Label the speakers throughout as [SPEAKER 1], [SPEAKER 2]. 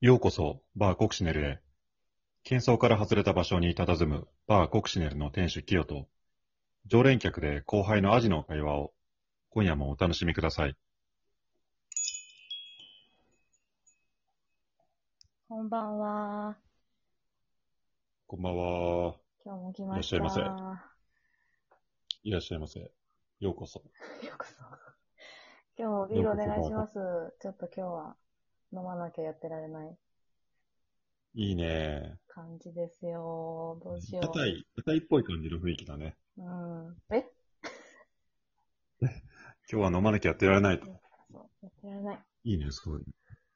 [SPEAKER 1] ようこそ、バーコクシネルへ。喧騒から外れた場所に佇むバーコクシネルの店主キヨと、常連客で後輩のアジの会話を、今夜もお楽しみください。
[SPEAKER 2] こんばんは。
[SPEAKER 1] こんばんは。
[SPEAKER 2] 今日も来ました。
[SPEAKER 1] いらっしゃい
[SPEAKER 2] ま
[SPEAKER 1] いらっしゃいませ。ようこそ。
[SPEAKER 2] せ。ようこそ。今日もビールお願いします。ちょっと今日は飲まなきゃやってられない
[SPEAKER 1] いいね。
[SPEAKER 2] 感じですよ。どうしよ
[SPEAKER 1] 硬い、硬いっぽい感じの雰囲気だね。
[SPEAKER 2] う。うん。え
[SPEAKER 1] 今日は飲まなきゃやってられないと。
[SPEAKER 2] そう、やってられない。
[SPEAKER 1] いいね、すごい。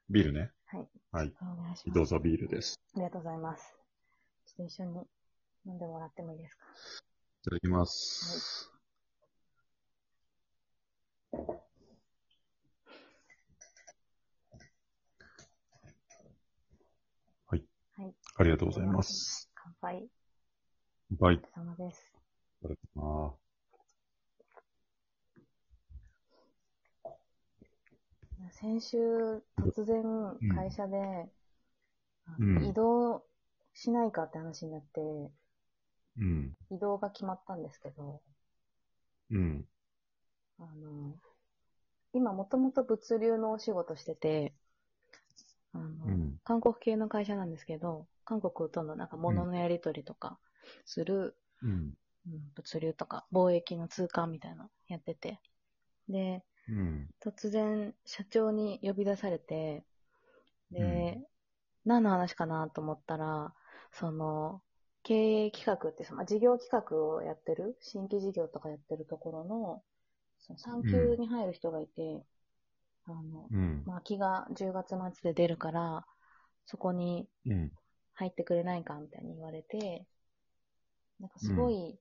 [SPEAKER 1] ビールね。
[SPEAKER 2] はい。
[SPEAKER 1] はい。
[SPEAKER 2] お願いします。
[SPEAKER 1] どうぞビールです。
[SPEAKER 2] ありがとうございます。ちょっと一緒に飲んでもらってもいいですか
[SPEAKER 1] いただきます。はい。
[SPEAKER 2] はい
[SPEAKER 1] ありがとうございます。
[SPEAKER 2] 乾杯。
[SPEAKER 1] バイ
[SPEAKER 2] お疲れ様です。
[SPEAKER 1] トだな。
[SPEAKER 2] 先週、突然会社で、あ
[SPEAKER 1] うん
[SPEAKER 2] 移動しないかって話になって、
[SPEAKER 1] うん。
[SPEAKER 2] 移動が決まったんですけど、
[SPEAKER 1] うん。
[SPEAKER 2] あの、今もともと物流のお仕事してて、あの、
[SPEAKER 1] うん。
[SPEAKER 2] 韓国系の会社なんですけど、韓国とのなんか物のやり取りとかする、
[SPEAKER 1] うん。
[SPEAKER 2] うん物流とか貿易の通関みたいなのやってて、で、
[SPEAKER 1] うん。
[SPEAKER 2] 突然社長に呼び出されて、で、
[SPEAKER 1] う
[SPEAKER 2] 何の話かなと思ったら、その、経営企画って、その事業企画をやってる、新規事業とかやってるところの、その産休に入る人がいて、あの、
[SPEAKER 1] うん。
[SPEAKER 2] まあ、期が10月末で出るから、そこに
[SPEAKER 1] うん。
[SPEAKER 2] 入ってくれないかみたいに言われて、なんかすごい、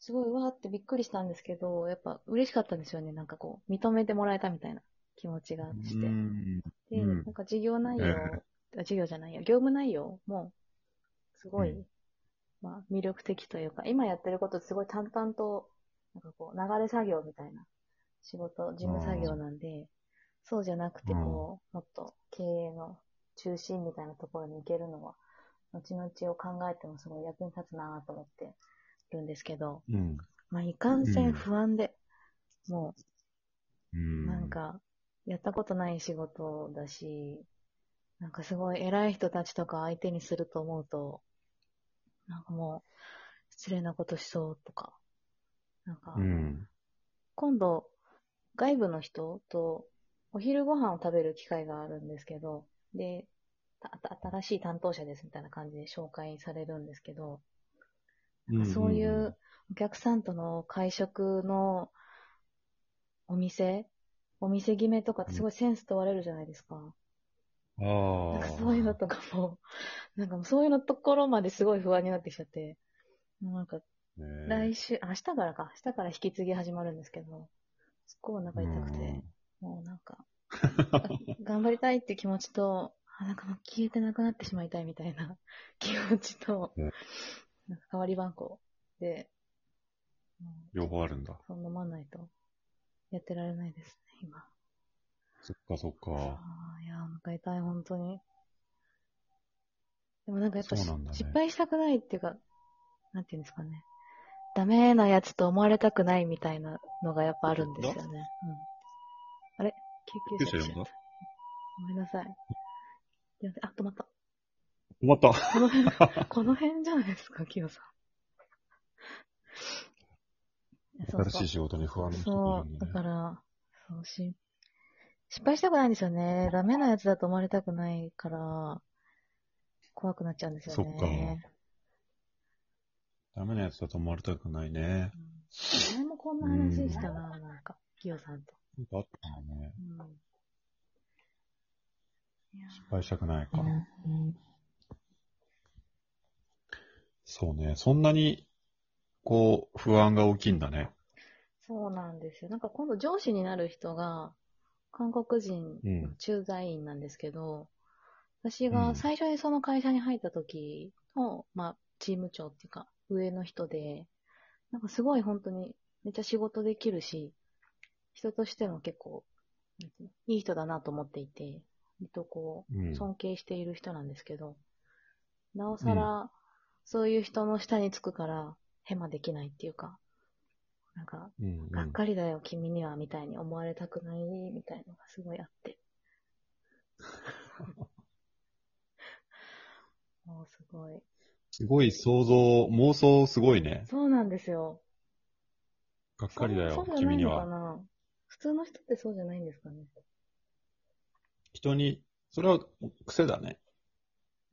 [SPEAKER 2] すごいわーってびっくりしたんですけど、やっぱ嬉しかったんですよね。なんかこう、認めてもらえたみたいな気持ちがして。
[SPEAKER 1] うん。
[SPEAKER 2] で、
[SPEAKER 1] うん
[SPEAKER 2] なんか事業内容、
[SPEAKER 1] え
[SPEAKER 2] あ事業じゃないや、業務内容も、すごい、
[SPEAKER 1] うん
[SPEAKER 2] まあ魅力的というか、今やってることってすごい淡々と、なんかこう、流れ作業みたいな仕事、事務作業なんで、そうじゃなくて、こう、もっと経営の中心みたいなところに行けるのは、後々を考えてもすごい役に立つなぁと思ってるんですけど、
[SPEAKER 1] うん。
[SPEAKER 2] まあ、いかんせ
[SPEAKER 1] うん
[SPEAKER 2] ん不安で、もう、
[SPEAKER 1] うん。
[SPEAKER 2] なん。か、やったことない仕事だし、なんかすごい偉い人たちとか相手にすると思うと、なんかもう、失礼なことしそうとか、なんか
[SPEAKER 1] う、ん。
[SPEAKER 2] 今度、外部の人とお昼ご飯を食べる機会があるんですけど、で、たた新しい担当者ですみたいな感じで紹介されるんですけど、
[SPEAKER 1] うん
[SPEAKER 2] そういう。お客さんとの会食のお店、お店決めとかってすごいセンス問われるじゃないですか。
[SPEAKER 1] あ
[SPEAKER 2] なんか
[SPEAKER 1] あ。
[SPEAKER 2] そういうのとかも、 なんかもうそういうのところまですごい不安になってきちゃって、もうなんか
[SPEAKER 1] ね。
[SPEAKER 2] 来週、あ明日からか、明日から引き継ぎ始まるんですけど、すっごいお腹痛くて、もうなんか、 頑張りたいって気持ちと、あなんかもう消えてなくなってしまいたいみたいな 気持ちと、
[SPEAKER 1] ね
[SPEAKER 2] なんか代わり番号で、もう
[SPEAKER 1] 両方あるんだ。
[SPEAKER 2] そう飲まないと、やってられないですね、今。
[SPEAKER 1] そっかそっ
[SPEAKER 2] あ
[SPEAKER 1] か。
[SPEAKER 2] あ、いや、お腹痛い、本当に。でもなんかやっぱし、
[SPEAKER 1] そうなんだね
[SPEAKER 2] 失敗したくないっていうか、なんていうんですかね。ダメなやつと思われたくないみたいなのがやっぱあるんですよね。うん。あれ救急
[SPEAKER 1] 救急
[SPEAKER 2] 車来
[SPEAKER 1] 車
[SPEAKER 2] ちゃ
[SPEAKER 1] 呼ん
[SPEAKER 2] った
[SPEAKER 1] だ
[SPEAKER 2] ごめんなさい。いやあ、止まった。
[SPEAKER 1] 止まった。
[SPEAKER 2] この 辺、この辺じゃないですか、キヨさん。いやそうそう
[SPEAKER 1] 新しい仕事に不安な人がい
[SPEAKER 2] そ
[SPEAKER 1] るん
[SPEAKER 2] う、
[SPEAKER 1] だ
[SPEAKER 2] だ
[SPEAKER 1] ね
[SPEAKER 2] から、そうし、失敗したくないんですよね。ダメなやつだと思われたくないから、怖くなっちゃうんですよね。
[SPEAKER 1] そっかダメなやつだと思われたくないね。
[SPEAKER 2] うん、前もこんな話したな、なんか、キヨさんと。
[SPEAKER 1] なんかあったかもね。
[SPEAKER 2] うん、いやー
[SPEAKER 1] 失敗したくないか。
[SPEAKER 2] うん
[SPEAKER 1] そうね。そんなに、こう、不安が大きいんだね。
[SPEAKER 2] そうなんですよ。なんか今度上司になる人が、韓国人の駐在員なんですけど、私
[SPEAKER 1] うん
[SPEAKER 2] が最初にその会社に入った時の、まあ、チーム長っていうか、上の人で、なんかすごい本当に、めっちゃ仕事できるし、人としても結構、なんていうのいい人だなと思っていて、割とこ
[SPEAKER 1] う
[SPEAKER 2] う、
[SPEAKER 1] ん。
[SPEAKER 2] 尊敬している人なんですけど、なおさら、そういう人の下につくから、ヘマできないっていうか、なんか、
[SPEAKER 1] うんうん
[SPEAKER 2] がっかりだよ、君には、みたいに思われたくない、みたいのがすごいあ って。もうすごい。
[SPEAKER 1] すごい想像、妄想すごいね。
[SPEAKER 2] そうなんですよ。
[SPEAKER 1] がっかりだ
[SPEAKER 2] そ
[SPEAKER 1] よ
[SPEAKER 2] う、そうじゃな
[SPEAKER 1] 君
[SPEAKER 2] い
[SPEAKER 1] に
[SPEAKER 2] のか
[SPEAKER 1] は。
[SPEAKER 2] な普通の人ってそうじゃないんですかね。
[SPEAKER 1] 人に、それは癖だね。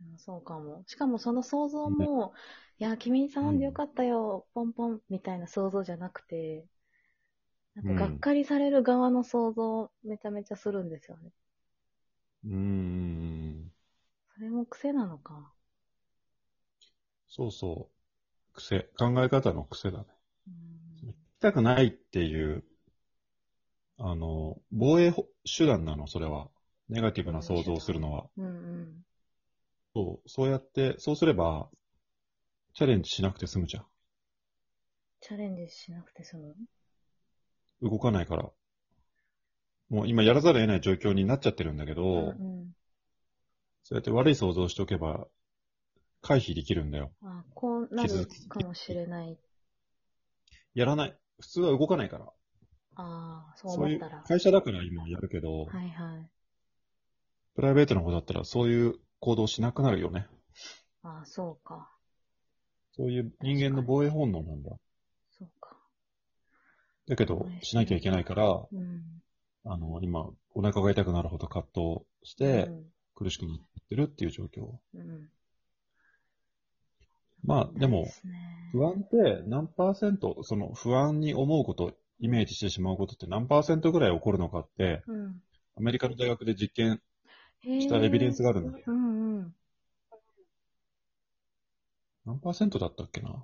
[SPEAKER 2] うんそうかも。しかもその想像も、いや、君に頼んでよかったよ、ポンポン、みたいな想像じゃなくて、なんかがっかりされる側の想像をめちゃめちゃするんですよね。
[SPEAKER 1] うーん。
[SPEAKER 2] それも癖なのか。
[SPEAKER 1] そうそう。癖。考え方の癖だね。
[SPEAKER 2] うん
[SPEAKER 1] 行きたくないっていう、あの、防衛ほ手段なの、それは。ネガティブな想像をするのは。
[SPEAKER 2] うんうん。
[SPEAKER 1] そう、そうやって、そうすれば、チャレンジしなくて済むじゃ
[SPEAKER 2] チャレンジしなくて済む。
[SPEAKER 1] ん。動かないから。もう今やらざるを得ない状況になっちゃってるんだけど、
[SPEAKER 2] うん
[SPEAKER 1] そうやって悪い想像をしておけば、回避できるんだよ。
[SPEAKER 2] うん、あこうなる
[SPEAKER 1] 傷つき
[SPEAKER 2] かもしれない。
[SPEAKER 1] やらない。普通は動かないから。
[SPEAKER 2] ああ、そう
[SPEAKER 1] そうい
[SPEAKER 2] 思っ
[SPEAKER 1] う
[SPEAKER 2] たら。
[SPEAKER 1] 会社だから今やるけど、
[SPEAKER 2] はいはい。
[SPEAKER 1] プライベートの方だったらそういう行動しなくなるよね。
[SPEAKER 2] ああ、そうか。
[SPEAKER 1] そういう人間の防衛本能なんだ。
[SPEAKER 2] そうか。
[SPEAKER 1] だけど
[SPEAKER 2] 防衛本、能
[SPEAKER 1] しなきゃいけないから、
[SPEAKER 2] うん。
[SPEAKER 1] あの、今、お腹が痛くなるほど葛藤して、苦しくなってるっていう状況。
[SPEAKER 2] うん、うん。
[SPEAKER 1] まあ、でも
[SPEAKER 2] で、すね
[SPEAKER 1] 不安って何パーセント、その不安に思うこと、イメージしてしまうことって何パーセントぐらい起こるのかって、
[SPEAKER 2] うん。
[SPEAKER 1] アメリカの大学で実験
[SPEAKER 2] し
[SPEAKER 1] したエビデンスがあるんだよ。
[SPEAKER 2] うんうん。
[SPEAKER 1] 何パーセントだったっけな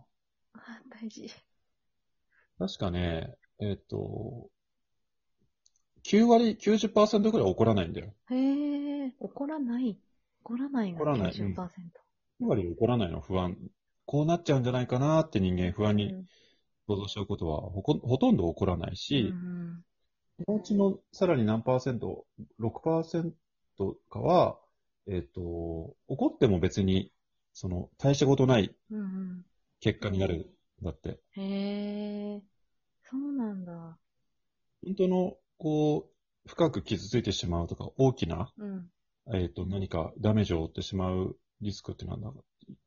[SPEAKER 2] あ大事。
[SPEAKER 1] 確かね、えっ、と、9割、90%ぐらい起こらないんだよ。
[SPEAKER 2] へえ、怒らない。怒らないが
[SPEAKER 1] 怒らないうん
[SPEAKER 2] 90%。
[SPEAKER 1] 9割起こらないの、不安。こうなっちゃうんじゃないかなって人間不安
[SPEAKER 2] う
[SPEAKER 1] に
[SPEAKER 2] ん
[SPEAKER 1] 想像しちゃうことはほこほとんど起こらないし、
[SPEAKER 2] うん
[SPEAKER 1] そのうちのさらに何パーセント、6%かは、えっ、と、怒っても別に、その、大したことない
[SPEAKER 2] うん。うん
[SPEAKER 1] 結果になるんだって。
[SPEAKER 2] うん。へえ、そうなんだ。
[SPEAKER 1] 本当の、こう、深く傷ついてしまうとか、大きな、
[SPEAKER 2] うん。
[SPEAKER 1] えっ、と、何かダメージを負ってしまうリスクってなんだ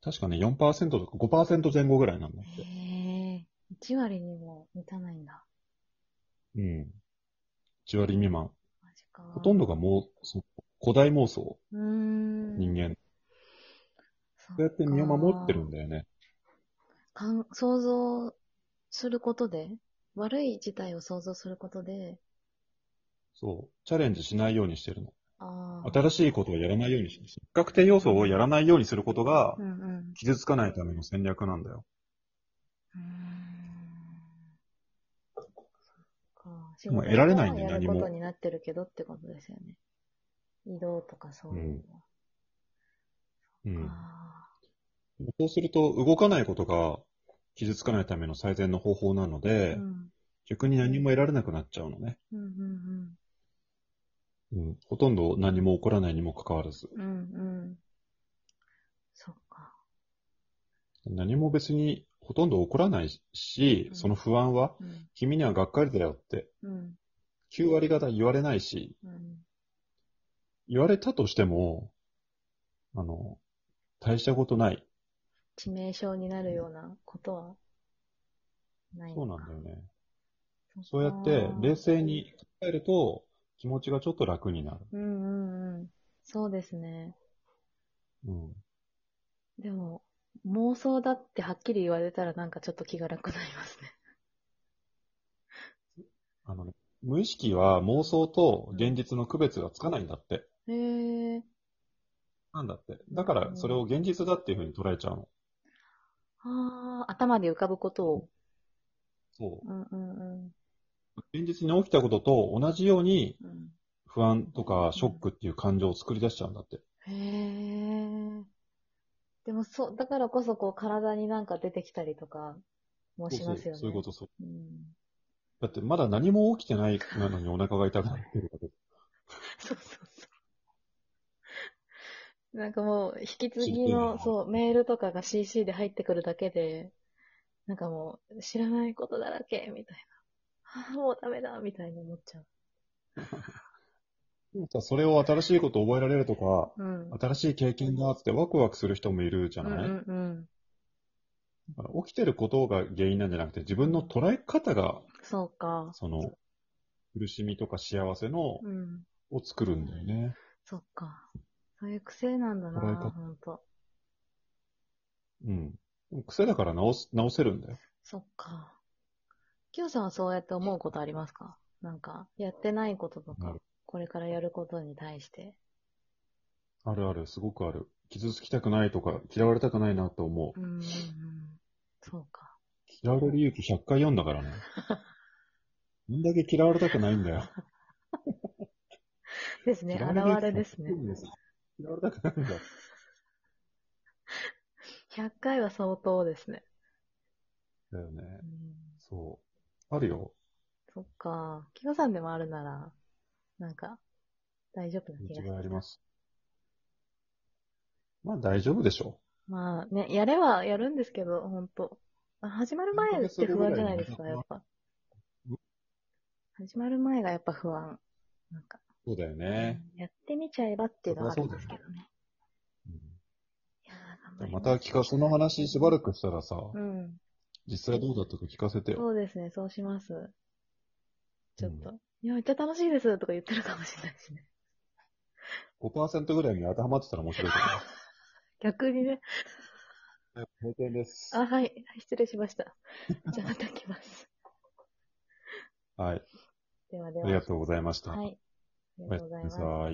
[SPEAKER 1] 確かね、4%とか5%前後ぐらいなんだって。
[SPEAKER 2] へえ、1割にも満たないんだ。
[SPEAKER 1] うん。1割未満。
[SPEAKER 2] マジか。
[SPEAKER 1] ほとんどがもう、その古代妄想、
[SPEAKER 2] うーん。
[SPEAKER 1] 人間。
[SPEAKER 2] そ
[SPEAKER 1] そうやって身を守ってるん
[SPEAKER 2] だ。
[SPEAKER 1] だよね。
[SPEAKER 2] かん想像することで、悪い事態を想像することで、
[SPEAKER 1] そう。チャレンジしないようにしてるの。
[SPEAKER 2] ああ。
[SPEAKER 1] 新しいことをやらないようにします。不確定要素をやらないようにすることが
[SPEAKER 2] う、んうん。
[SPEAKER 1] 傷つかないための戦略なんだよ。
[SPEAKER 2] うーんか仕
[SPEAKER 1] もう
[SPEAKER 2] 事
[SPEAKER 1] 得られないんで
[SPEAKER 2] はやる
[SPEAKER 1] 何
[SPEAKER 2] こ
[SPEAKER 1] も
[SPEAKER 2] とになってるけどってことですよね。移動とかそういうの
[SPEAKER 1] うん。
[SPEAKER 2] は。あ
[SPEAKER 1] そうすると、動かないことが傷つかないための最善の方法なの
[SPEAKER 2] ー
[SPEAKER 1] で、
[SPEAKER 2] うん
[SPEAKER 1] 逆に何も得られなくなっちゃうのね。
[SPEAKER 2] うんうん
[SPEAKER 1] うん。ほとんど何も起こらないにもかかわらず。
[SPEAKER 2] うん。うんうん。そっか。
[SPEAKER 1] 何も別にほとんど起こらないし
[SPEAKER 2] う、ん
[SPEAKER 1] その不安は、
[SPEAKER 2] うん
[SPEAKER 1] 君にはがっかりだよって、
[SPEAKER 2] うん
[SPEAKER 1] 9割方言われないし、
[SPEAKER 2] うん。
[SPEAKER 1] 言われたとしても、あの、大したことない。
[SPEAKER 2] 致命傷になるようなことはない
[SPEAKER 1] そう
[SPEAKER 2] の
[SPEAKER 1] な
[SPEAKER 2] か
[SPEAKER 1] んだよね。
[SPEAKER 2] そっか
[SPEAKER 1] そうやって冷静に考えると気持ちがちょっと楽になる。
[SPEAKER 2] うんうんうん。そうですね。
[SPEAKER 1] うん。
[SPEAKER 2] でも、妄想だってはっきり言われたらなんかちょっと気が楽になりますね。
[SPEAKER 1] あのね、無意識は妄想と現実の区別がつかないんだって。
[SPEAKER 2] へえ。
[SPEAKER 1] なんだって。だからそれを現実だっていうふうに捉えちゃうの。
[SPEAKER 2] ああ、頭で浮かぶことを。
[SPEAKER 1] そう。
[SPEAKER 2] うんうんうん
[SPEAKER 1] 現実に起きたことと同じように
[SPEAKER 2] うん。
[SPEAKER 1] 不安とかショックっていう感情を作り出しちゃうんだって。
[SPEAKER 2] へえ。でもそう、だからこそこう体になんか出てきたりとかもし
[SPEAKER 1] そう
[SPEAKER 2] ます
[SPEAKER 1] そ
[SPEAKER 2] よ
[SPEAKER 1] う。
[SPEAKER 2] ね。
[SPEAKER 1] そういうことそう。
[SPEAKER 2] うん。
[SPEAKER 1] だってまだ何も起きてないなのにお腹が痛くなってるわけ。
[SPEAKER 2] そうそうそう。なんかもう、 引き継
[SPEAKER 1] 引き
[SPEAKER 2] ぎ
[SPEAKER 1] 継ぎの
[SPEAKER 2] の、そう、メールとかが CC で入ってくるだけで、なんかもう、知らないことだらけ、みたいな。 ああ、もうダメだ、みたいに思っちゃう。
[SPEAKER 1] でも さそれを新しいことを覚えられるとか、
[SPEAKER 2] うん。
[SPEAKER 1] 新しい経験があってワクワクする人もいるじゃ
[SPEAKER 2] うんう
[SPEAKER 1] ない、
[SPEAKER 2] んうん。
[SPEAKER 1] だから起きてることが原因なんじゃなくて、自分の捉え方が、
[SPEAKER 2] そうか。
[SPEAKER 1] その、苦しみとか幸せの、
[SPEAKER 2] うん。
[SPEAKER 1] を作るんだよね。
[SPEAKER 2] そっか。そういう癖なんだな、
[SPEAKER 1] 捉え方
[SPEAKER 2] ほんと。
[SPEAKER 1] うん。でも癖だから直す、直せるんだよ。
[SPEAKER 2] そっか。キヨさんはそうやって思うことありますかなんか、やってないことと
[SPEAKER 1] な
[SPEAKER 2] か
[SPEAKER 1] る、
[SPEAKER 2] これからやることに対して。
[SPEAKER 1] あるある、すごくある。傷つきたくないとか、嫌われたくないなと思う。
[SPEAKER 2] うんうんうん。そうか。
[SPEAKER 1] 嫌われる勇気100回読んだ からね。どんだけ嫌われたくないんだよ。
[SPEAKER 2] です ね、
[SPEAKER 1] 嫌
[SPEAKER 2] 現
[SPEAKER 1] わ
[SPEAKER 2] れ
[SPEAKER 1] る勇気
[SPEAKER 2] ですね。
[SPEAKER 1] 嫌われたくないんだよ。
[SPEAKER 2] 100回は相当ですね。
[SPEAKER 1] だよね。
[SPEAKER 2] うん、
[SPEAKER 1] そう。あるよ。
[SPEAKER 2] そっか。キヨさんでもあるなら、なんか、大丈夫な気が
[SPEAKER 1] 道
[SPEAKER 2] する。
[SPEAKER 1] があります。まあ大丈夫でしょ
[SPEAKER 2] まあね、やれはやるんですけど、ほんと。あ始まる前って不安じゃないですか、やっぱ
[SPEAKER 1] うん。
[SPEAKER 2] 始まる前がやっぱ不安。なんか、
[SPEAKER 1] う。そうだよね。
[SPEAKER 2] やってみちゃえばっていうのはあるんですけどね。いやー頑張
[SPEAKER 1] うん
[SPEAKER 2] り
[SPEAKER 1] ますた聞か、その話しばらくしたらさ、
[SPEAKER 2] うん。
[SPEAKER 1] 実際どうだったか聞かせてよ。
[SPEAKER 2] そうですね、そうします。ちょっと、いや、めっちゃ楽しいですとか言ってるかもしれないしね。
[SPEAKER 1] 5%ぐらいに当てはまってたら面白いか
[SPEAKER 2] 逆にね。
[SPEAKER 1] ら。閉店です。
[SPEAKER 2] あ、はい、失礼しました。じゃあまた来ます。
[SPEAKER 1] はい。
[SPEAKER 2] ではで
[SPEAKER 1] あり
[SPEAKER 2] は。
[SPEAKER 1] がとうございました。
[SPEAKER 2] はい。あり
[SPEAKER 1] お
[SPEAKER 2] が
[SPEAKER 1] やす
[SPEAKER 2] と
[SPEAKER 1] み
[SPEAKER 2] うござい
[SPEAKER 1] な
[SPEAKER 2] ます
[SPEAKER 1] さ。い。